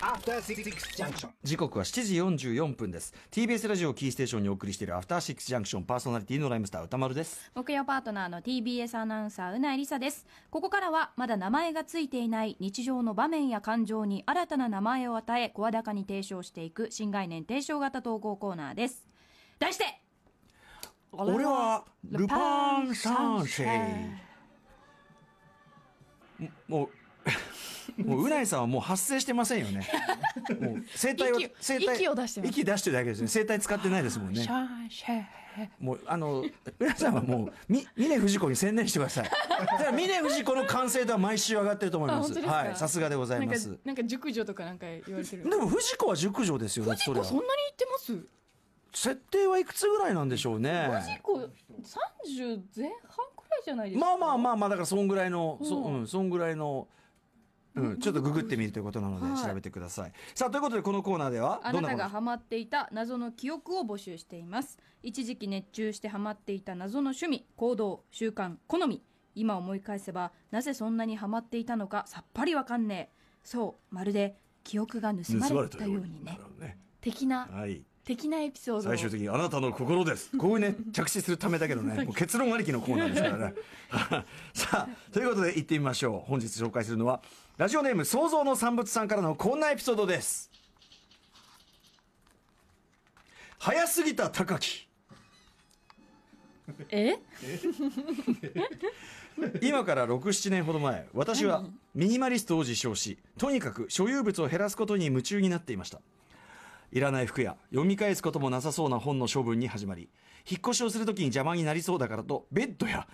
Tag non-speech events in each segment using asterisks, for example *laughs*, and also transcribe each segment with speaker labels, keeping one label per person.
Speaker 1: After Six Junction.
Speaker 2: 時刻は7時44分です TBS ラジオをキーステーションにお送りしているアフターシックスジャンクションパーソナリティのライムスター歌丸です
Speaker 3: 木曜パートナーの TBS アナウンサーうないりさですここからはまだ名前がついていない日常の場面や感情に新たな名前を与え声高に提唱していく新概念提唱型投稿コーナーです題して
Speaker 2: 俺はルパン三世も
Speaker 4: *laughs*
Speaker 2: うもううないさんはもう発声してませんよねもう声帯を
Speaker 4: 息を
Speaker 2: 声帯
Speaker 4: 息を出してます
Speaker 2: 息出してるだけですね声帯使ってないですもんね
Speaker 4: シャンシェー
Speaker 2: もうあの浦さんはもうみ峰不二子に専念してください。
Speaker 4: *laughs*
Speaker 2: だから峰不二子の完成度は毎週上がってると思いま
Speaker 4: あ
Speaker 2: す。
Speaker 4: 本当ですか
Speaker 2: はい、さすがでござい
Speaker 4: なん
Speaker 2: ま
Speaker 4: か
Speaker 2: す。
Speaker 4: なんか熟女とかなんか言われて *laughs* る
Speaker 2: でも不二子は熟女ですよ。だってそれ
Speaker 4: 結構
Speaker 2: は
Speaker 4: そんなに言ってます
Speaker 2: 設定はいくつぐらいなんでしょうね。
Speaker 4: 結構30前半くらいじゃないですか
Speaker 2: まあまあまあまあだからそんぐらいの、そ
Speaker 4: うん
Speaker 2: うんそんぐらいの。うん、ちょっとググってみるということなの
Speaker 3: はい
Speaker 2: で調べてください。さあということでこのコーナーでは
Speaker 3: あ
Speaker 2: どな
Speaker 3: なんた
Speaker 2: も
Speaker 3: が
Speaker 2: の
Speaker 3: ハマっていた謎の記憶を募集しています一時期熱中してハマっていた謎の趣味行動習慣好み今思い返せばなぜそんなにハマっていたのかさっぱりわかんねえそうまるで記憶が盗まれたようにね
Speaker 4: 的な
Speaker 2: はい。
Speaker 4: 的なエピソードを
Speaker 2: 最終的にあなたの心です。こういうね、着地するためだけどね、もう結論ありきのコーナーですからね。 *laughs* さあ、ということで行ってみましょう。本日紹介するのは、ラジオネーム創造の産物さんからのこんなエピソードです。早すぎた高木。
Speaker 4: え
Speaker 2: 今から6、7年ほど前、私はミニマリストを自称し、とにかく所有物を減らすことに夢中になっていました。いらない服や読み返すこともなさそうな本の処分に始まり、引っ越しをするときに邪魔になりそうだからと、ベッドや、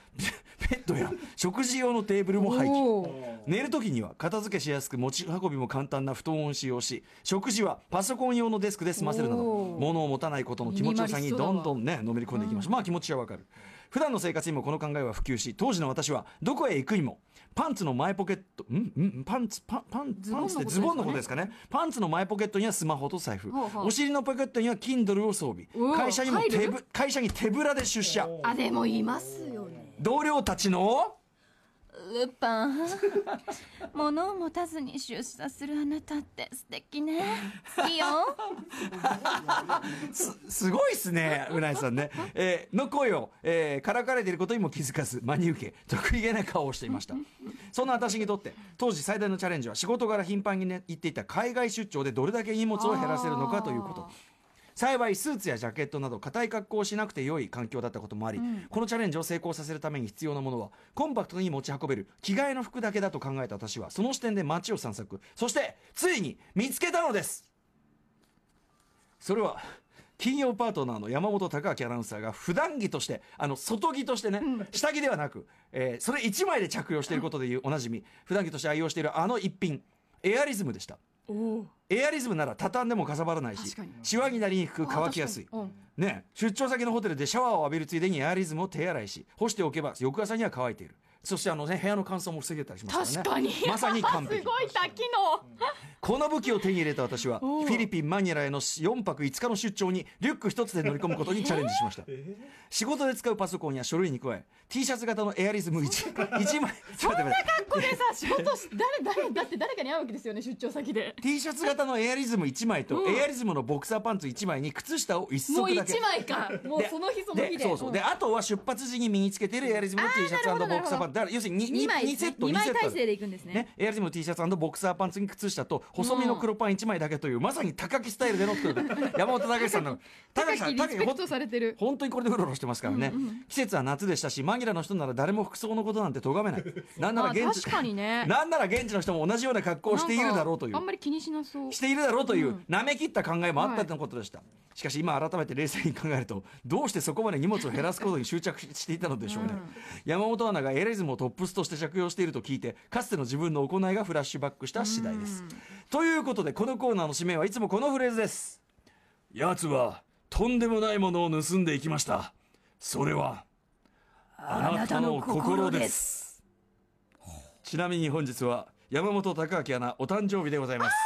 Speaker 2: ベッドや食事用のテーブルも廃棄。
Speaker 3: おー
Speaker 2: 寝るときには片付けしやすく持ち運びも簡単な布団を使用し、食事はパソコン用のデスクで済ませるなど、
Speaker 3: おー
Speaker 2: 物を持たないことの気持ちよさに
Speaker 4: ミニマリストだ
Speaker 2: ど
Speaker 4: わ
Speaker 2: んどんね、のめり込んでいきました。まあ気持ちはわかる。普段の生活にもこの考えは普及し、当時の私はどこへ行くにも、パンツの前ポケット、んんパンツ、パン、パン、パンツってズ
Speaker 4: ズ
Speaker 2: ボ
Speaker 4: ボ
Speaker 2: ン
Speaker 4: ン
Speaker 2: のこ
Speaker 4: のことと
Speaker 2: で
Speaker 4: です
Speaker 2: かね。パンツの前ポケットにはスマホと財布
Speaker 3: ほう。ほう
Speaker 2: お尻のポケットには Kindle を装備
Speaker 4: う。わ
Speaker 2: 会社にも
Speaker 4: 入る
Speaker 2: 手ぶ、会社に手ぶらで出社。
Speaker 3: あでもいますよね
Speaker 2: 同僚たちの、
Speaker 3: ルパン *laughs* 物を持たずに出社するあなたって素敵ね好きよ
Speaker 2: すすごいっすね、うないさんね。えーの声を、えーからかれていることにも気づかず、真に受け、得意げな顔をしていました。そんな私にとって、当時最大のチャレンジは仕事から頻繁に、ね、行っていた海外出張でどれだけ荷物を減らせるのかということ
Speaker 3: あー。
Speaker 2: 幸いスーツやジャケットなど硬い格好をしなくて良い環境だったこともあり、
Speaker 3: ん
Speaker 2: このチャレンジを成功させるために必要なものはコンパクトに持ち運べる着替えの服だけだと考えた私はその視点で街を散策そしてついに見つけたのですそれは金曜パートナーの山本隆明アナウンサーが普段着としてあの外着としてね、下着ではなく、えーそれ1枚で着用していることでいうおなじみ普段着として愛用しているあの一品エアリズムでした
Speaker 4: お
Speaker 2: エアリズムなら畳んでもかさばらないし
Speaker 4: 確かに
Speaker 2: シワになりにくく乾きやすい、ねえ、出張先のホテルでシャワーを浴びるついでにエアリズムを手洗いし干しておけば翌朝には乾いているそしてあの、ね、部屋の乾燥も防げたりしますからね
Speaker 4: 確かに
Speaker 2: まさに完璧
Speaker 4: すごい
Speaker 3: *laughs*
Speaker 4: 多機能
Speaker 2: この武器を手に入れた私はフ
Speaker 4: おう
Speaker 2: ィリピンマニラへの4泊5日の出張にリュック一つで乗り込むことにチャレンジしました、仕事で使うパソコンや書類に加え T シャツ型のエアリズム
Speaker 4: *laughs*
Speaker 2: 1, 一枚ちょっと待って待って
Speaker 4: これさ仕事し誰誰だって誰かに会うわけですよね出張先で
Speaker 2: T シャツ型のエアリズム1枚と、
Speaker 4: うん
Speaker 2: エアリズムのボクサーパンツ1枚に靴下を1
Speaker 4: もう
Speaker 2: 足だけ
Speaker 4: 一枚 *laughs* かもうその日その日で
Speaker 2: そうそう、であとは出発時に身につけてるエアリズムの T シャツボ
Speaker 3: あーなるほど
Speaker 2: クサーパンツだから要するに 2,
Speaker 3: 2枚
Speaker 2: セ
Speaker 3: です
Speaker 2: ッ
Speaker 3: ね
Speaker 2: ト
Speaker 3: 2
Speaker 2: 二セ
Speaker 3: 枚
Speaker 2: ットあ
Speaker 3: 体
Speaker 2: る
Speaker 3: 制でいくんですね
Speaker 2: ね、エアリズムの T シャツボクサーパンツに靴下と細身の黒パン1枚だけという、まさに高木スタイルでのってことで
Speaker 3: *laughs*
Speaker 2: 山本武さんの
Speaker 4: 高木
Speaker 2: さん
Speaker 4: リスペ
Speaker 2: ほ
Speaker 4: ク
Speaker 2: ん
Speaker 4: トされてる
Speaker 2: 本当にこれでうろうろしてますからね、季節は夏でしたしマニラの人なら誰も服装のことなんて咎めないなんなら
Speaker 3: *laughs* まあ
Speaker 2: 現地、
Speaker 3: 確かにね
Speaker 2: なんなら現地の人も同じような格好をしているだろうとい
Speaker 3: なんかあ
Speaker 2: うん
Speaker 3: まり気にしなそう
Speaker 2: しているだろうという、舐め切った考えもあったとのことでした、しかし今改めて冷静に考えるとどうしてそこまで荷物を減らすことに執着ししていたのでしょうね、山本アナがエアリズムをトップスとして着用していると聞いてかつての自分の行いがフラッシュバックした次第です、ということでこのコーナーの締めはいつもこのフレーズです奴はとんでもないものを盗んでいきましたそれはあなたの心ですちなみに本日は山本隆明アナお誕生日でございます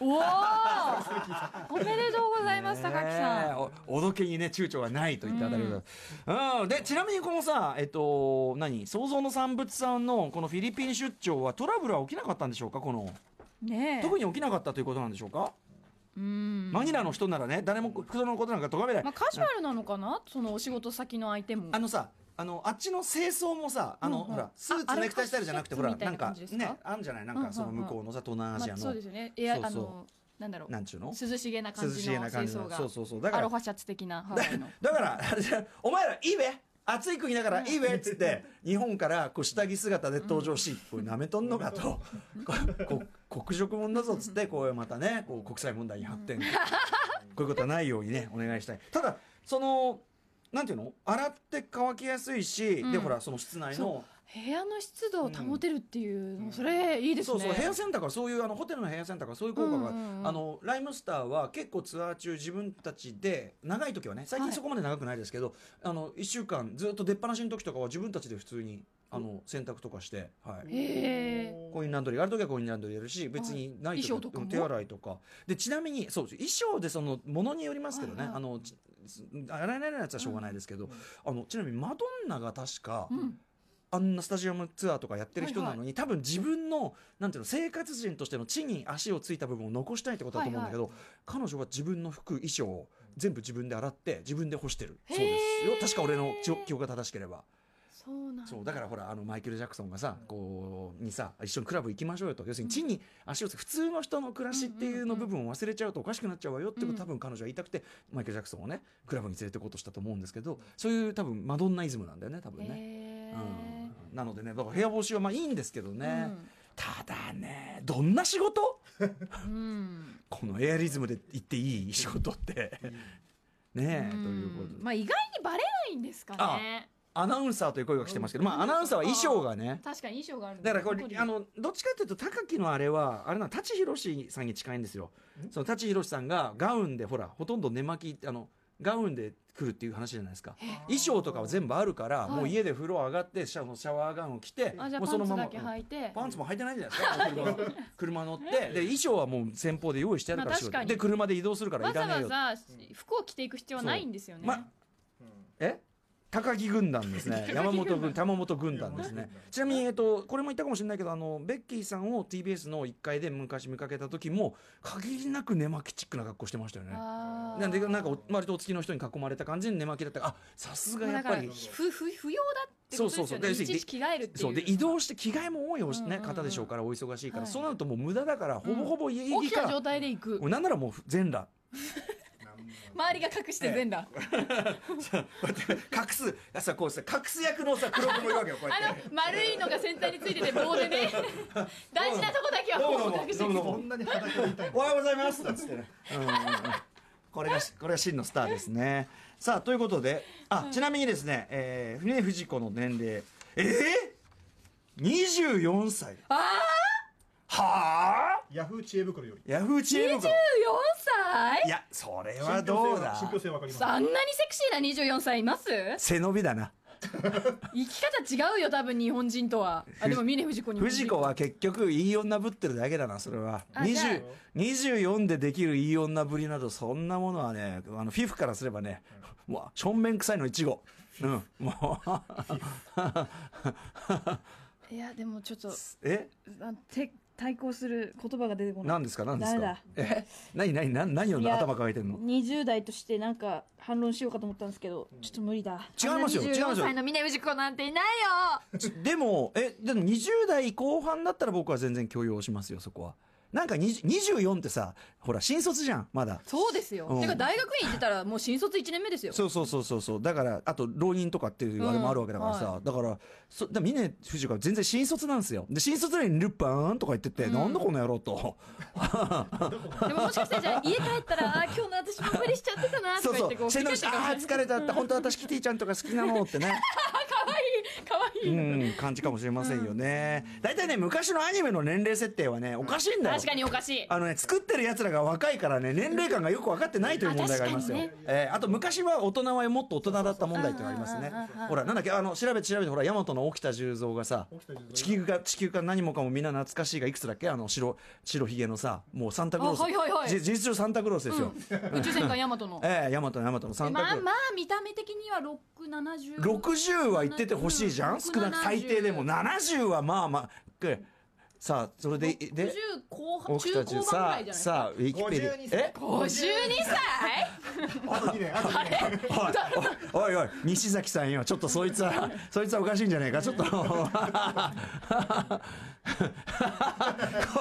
Speaker 4: おー *laughs* おめでとうございます高木さ
Speaker 2: ねえおおどけにね躊躇がないといったあたりで、うんでちなみにこのさえっと何創造の産物さんのこのフィリピン出張はトラブルは起きなかったんでしょうかこの
Speaker 3: ねえ
Speaker 2: 特に起きなかったということなんでしょうか、
Speaker 4: うん
Speaker 2: マニラの人ならね誰もそのことなんか咎めない、
Speaker 4: まあ、カジュアルなのかな、そのお仕事先の相手も
Speaker 2: あのさあのあっちの清掃もさあの、
Speaker 4: うんうん
Speaker 2: ほらスー
Speaker 4: あ
Speaker 2: ツネクタイしたりじゃなくてほら
Speaker 4: アルカ
Speaker 2: な
Speaker 4: シ
Speaker 2: ん
Speaker 4: みた
Speaker 2: か
Speaker 4: いな感じですか
Speaker 2: ねあんじゃないなんかその向こうのさ東南アジ
Speaker 4: ま
Speaker 2: ア
Speaker 4: あ、
Speaker 2: の、
Speaker 4: そうですよねエア
Speaker 2: そうそう
Speaker 4: あのなんだろう
Speaker 2: なんちゅうの
Speaker 4: 涼しげな感
Speaker 2: 涼
Speaker 4: じ
Speaker 2: しげ
Speaker 4: の
Speaker 2: な
Speaker 4: 清
Speaker 2: 感じの
Speaker 4: 掃が
Speaker 2: そうそうそうだか
Speaker 4: ア
Speaker 2: ら
Speaker 4: ロハシャツ的なハワイの
Speaker 2: だから *laughs* あれじゃお前らいいべ暑い国だからいいべっつって日本からこう下着姿で登場し、これ舐めとんのかとここ黒色もんだぞっつってこうまたねこう国際問題に発展、こういうことはないようにねお願いしたいただそのなんていうの洗って乾きやすいし、
Speaker 4: うん
Speaker 2: でほらその室内の
Speaker 4: 部屋の湿度を保てるっていうの、
Speaker 2: うん
Speaker 4: それいいです
Speaker 2: そう
Speaker 4: ね
Speaker 2: そう部屋センターからそういうあのホテルの部屋センターからそういう効果が、
Speaker 4: うんうんうん
Speaker 2: あのライムスターは結構ツアー中自分たちで長い時はね最近そこまで長くないですけど、あの1週間ずっと出っ放しの時とかは自分たちで普通にあの洗濯とかして、はい、
Speaker 4: へえ
Speaker 2: コインランドリーがある時はコインランドリーやるし別にない時は
Speaker 4: 衣装とかも
Speaker 2: 手洗いとかでちなみにそう衣装でそのものによりますけどね、
Speaker 4: はいはい
Speaker 2: あのち洗えないやつはしょうがないですけど、あのちなみにマドンナが確か。
Speaker 4: うん
Speaker 2: あんなスタジアムツアーとかやってる人なのに、
Speaker 4: は
Speaker 2: 多分自分のなんていうの生活人としての地に足をついた部分を残したいってことだと思うんだけど、彼女は自分の服衣装を全部自分で洗って自分で干してる
Speaker 4: へー
Speaker 2: そうですよ確か俺の記記憶が正しければ
Speaker 4: そうなん
Speaker 2: そうだからほらあのマイケル・ジャクソンがさこうにさ一緒にクラブ行きましょうよと要するに地に足をつ普通の人の暮らしっていうの部分を忘れちゃうとおかしくなっちゃうわよってことを
Speaker 4: うん
Speaker 2: 多分彼女は言いたくてマイケル・ジャクソンをねクラブに連れてこうとしたと思うんですけどそういう多分マドンナイズムなんだよね多分ね。
Speaker 4: へえ、
Speaker 2: うんなのでねだから部屋干しはまあいいんですけどね、
Speaker 4: うん
Speaker 2: ただねどんな仕事
Speaker 4: うん
Speaker 2: このエアリズムで言っていい仕事ってねえ、ということで
Speaker 4: まあ意外にバレないんですかね
Speaker 2: アナウンサーという声が来てますけど、まあアナウンサーは衣装がね
Speaker 4: 確かに衣装があるん
Speaker 2: だからこれ
Speaker 4: どに
Speaker 2: あのどっちかというと高木のあれはあれな舘ひろしさんに近いんですよその舘ひろしさんがガウンでほらほとんど寝巻きあのガウンで来るっていう話じゃないですか衣装とかは全部あるから、
Speaker 4: はい
Speaker 2: もう家で風呂上がってシャワーシャワーガウンを着て
Speaker 4: あじゃあ
Speaker 2: もう
Speaker 4: パ
Speaker 2: そ
Speaker 4: ン
Speaker 2: の
Speaker 4: ツ
Speaker 2: まま
Speaker 4: だけ履いて
Speaker 2: パンツも履いてないじゃないですか車車
Speaker 4: *laughs*
Speaker 2: 乗ってで衣装はもう先方で用意してあるから
Speaker 4: まあ
Speaker 2: 仕事
Speaker 4: 確かに
Speaker 2: で車で移動するから
Speaker 4: わ
Speaker 2: いら
Speaker 4: ざ
Speaker 2: ないよ
Speaker 4: わざ服を着ていく必要はないんですよね、
Speaker 2: まえ高木軍団です
Speaker 4: *laughs*
Speaker 2: ね山本軍玉本軍団ですねちなみに、えっと、これも言ったかもしれないけどあのベッキーさんを TBS の1階で昔見かけた時も限りなく寝巻きチックな格好してましたよね
Speaker 4: あー
Speaker 2: なんでなんかお割とお付きの人に囲まれた感じで寝巻きだったからあさすがやっぱり
Speaker 4: だからふふ不要だってことです
Speaker 2: そ
Speaker 4: よね
Speaker 2: うそうそうで
Speaker 4: いちいち着替えるっていう
Speaker 2: そうで移動して着替えも多いおし、
Speaker 4: うんうん
Speaker 2: ね、
Speaker 4: うん
Speaker 2: 方でしょうからお忙しいから、
Speaker 4: はい
Speaker 2: そうなるともう無駄だからほぼほぼ家着
Speaker 4: 起き
Speaker 2: か
Speaker 4: た
Speaker 2: ら、
Speaker 4: 状態で行く
Speaker 2: もうなんならもう全裸 *laughs*
Speaker 4: 周りが隠して全裸、
Speaker 2: 隠すあさこうさ隠す役のさ黒子もいるわけよこうや
Speaker 4: あ
Speaker 2: って。
Speaker 4: の丸いのが先端についてて棒
Speaker 2: *laughs*
Speaker 4: でね大事なとこだけは
Speaker 2: どうもどう
Speaker 4: もう
Speaker 2: も
Speaker 4: 隠して
Speaker 2: どうもどうも
Speaker 1: こんなに裸でいたい
Speaker 2: おはようございますなんつってね。うんうんうんこれがこれが真のスターですね。さあということであ、ちなみにですね、えー、船藤子の年齢え二十四歳。はあ。
Speaker 1: ヤフー知恵袋より
Speaker 2: ヤフーチームか。
Speaker 4: 24
Speaker 2: いやそれはどうだ。
Speaker 1: 信憑性は信憑性わかります
Speaker 4: 歳あんなにセクシーな24歳います
Speaker 2: 背伸びだな。
Speaker 4: 生き方違うよ多分日本人とはあでも峰藤子に
Speaker 2: 藤子は結局いい女ぶってるだけだなそれは
Speaker 4: あじゃあ
Speaker 2: 20 24でできるいい女ぶりなどそんなものはねあのフィフからすればね、もう正面臭いのいちごうんもう
Speaker 4: いやでもちょっと
Speaker 2: え
Speaker 3: あて対抗する言葉が出てこない
Speaker 2: 何ですか何です
Speaker 3: ダメ
Speaker 2: か
Speaker 3: だ
Speaker 2: え何何何何を
Speaker 3: いや
Speaker 2: 頭抱えてんの
Speaker 3: 20代としてなんか反論しようかと思ったんですけどちょっと無理だ
Speaker 2: 違いますよ違い
Speaker 4: 24
Speaker 2: ますよ
Speaker 4: 歳の峰藤子なんていないよ
Speaker 2: でもえでも20代後半だったら僕は全然許容しますよそこはなんか20 24ってさほら新卒じゃんまだ
Speaker 4: そうですよ、
Speaker 2: うん
Speaker 4: てか大学院行ってたらもう新卒1年目ですよ
Speaker 2: そうそうそうそうそうだからあと浪人とかっていうあれもあるわけだからさ、
Speaker 4: うん
Speaker 2: だからそだから峰富士が全然新卒なんですよで新卒なのに「ルパン」とか言ってて「なんだこの野郎」と
Speaker 4: でももしかしたらじゃあ家帰ったらあー今日の私も無理しちゃってたなと
Speaker 2: そう
Speaker 4: か言
Speaker 2: そ
Speaker 4: ってこ
Speaker 2: う
Speaker 4: う
Speaker 2: 背伸びして「ああ疲れた」って「本当私キティちゃんとか好きなの」ってね
Speaker 4: かわいい
Speaker 2: うん感じかもしれませんよね大体、ね昔のアニメの年齢設定はねおかしいんだよ
Speaker 4: 確かにおかしい
Speaker 2: あのね、作ってる奴らが若いからね、年齢感がよく分かってないという問題がありますよ。
Speaker 4: あ確
Speaker 2: えーあと昔は大人はもっと大人だった問題っていうのがありますね
Speaker 4: うんうんうんうんうん。
Speaker 2: ほら、なんだっけ、あの、調べて調べて、ほら、大和の沖田十三がさ
Speaker 1: 沖田十、三
Speaker 2: 地球か、地球か何もかもみんな懐かしいがいくつだっけあの、白、白ひげのさ、もうサンタクロース。
Speaker 4: あはいはいはい
Speaker 2: じ事実上サンタクロースですよ。
Speaker 4: 宇宙戦艦ヤマトの
Speaker 2: ええー、大和の大和のサンタクロ
Speaker 4: まあ
Speaker 2: ース。
Speaker 4: まあ見た目的には670
Speaker 2: 60は言っててほしいじゃん少なく最低でも70はまあまあくさあそれで
Speaker 4: 50
Speaker 2: で
Speaker 4: 後半
Speaker 2: 沖田
Speaker 4: 中
Speaker 2: 中
Speaker 4: 後半ぐ
Speaker 2: さ
Speaker 4: らいじ
Speaker 2: あ
Speaker 4: ゃない
Speaker 2: さあウィキペディ
Speaker 1: 52
Speaker 2: アえ
Speaker 4: 52歳
Speaker 1: あと2年、あと2年。
Speaker 2: おいおいおい西崎さんよちょっとそいつ
Speaker 4: *laughs*
Speaker 2: はそいつはおかしいんじゃないかちょっと *laughs* こ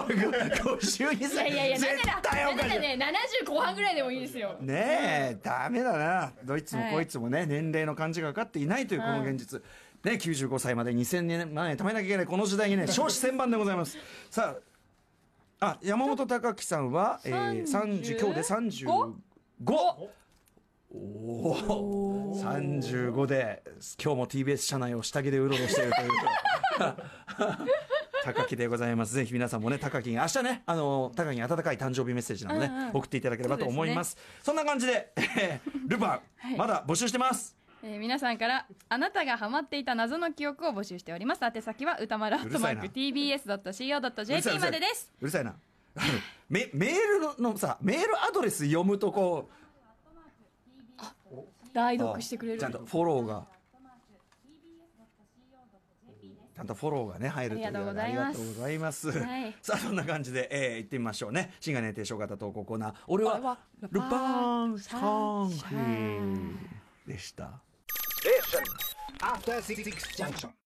Speaker 2: れ52
Speaker 4: いや
Speaker 2: 歳
Speaker 4: いやいや、なん
Speaker 2: 絶
Speaker 4: な
Speaker 2: 対
Speaker 4: ら、な
Speaker 2: お
Speaker 4: ん
Speaker 2: か
Speaker 4: な
Speaker 2: しい
Speaker 4: らね、70後半ぐらいでもいいですよ。
Speaker 2: ねえ、ダメだな。どいつも
Speaker 3: はい
Speaker 2: こいつもね、年齢の感じが分かっていないというこの現実。ね、95歳まで2000年前貯めなきゃいけないこの時代に
Speaker 3: *laughs*
Speaker 2: ね、少子千万でございます。さあ、あ、山本隆樹さんは、えー、30、今日で35。おお35で今日も TBS 社内を下着でうろうろしているという *laughs* 高木でございますぜひ皆さんもね高木に明日ねあの高木に温かい誕生日メッセージなどね、
Speaker 3: うんうん
Speaker 2: 送っていただければと思いますそんな感じで、 *laughs* えールパン、
Speaker 3: はい
Speaker 2: まだ募集してます。
Speaker 3: えー皆さんからあなたがハマっていた謎の記憶を募集しております宛先は歌丸アットマーク TBS.CO.jp までです
Speaker 2: うるさいな。 *laughs* あのメメールのさ、メールアドレス読むとこう、
Speaker 4: 代読してくれる
Speaker 2: ちゃん。とフォローが。ちゃんとフォローがね入るというのは
Speaker 3: ありが
Speaker 2: ありが
Speaker 3: と
Speaker 2: と
Speaker 3: う
Speaker 2: うございます。
Speaker 3: はい
Speaker 2: さあそんな感じで、えー、行ってみましょうね。新概念提唱型投稿コーナー。俺はルパン三世でした。
Speaker 5: After Six Junction.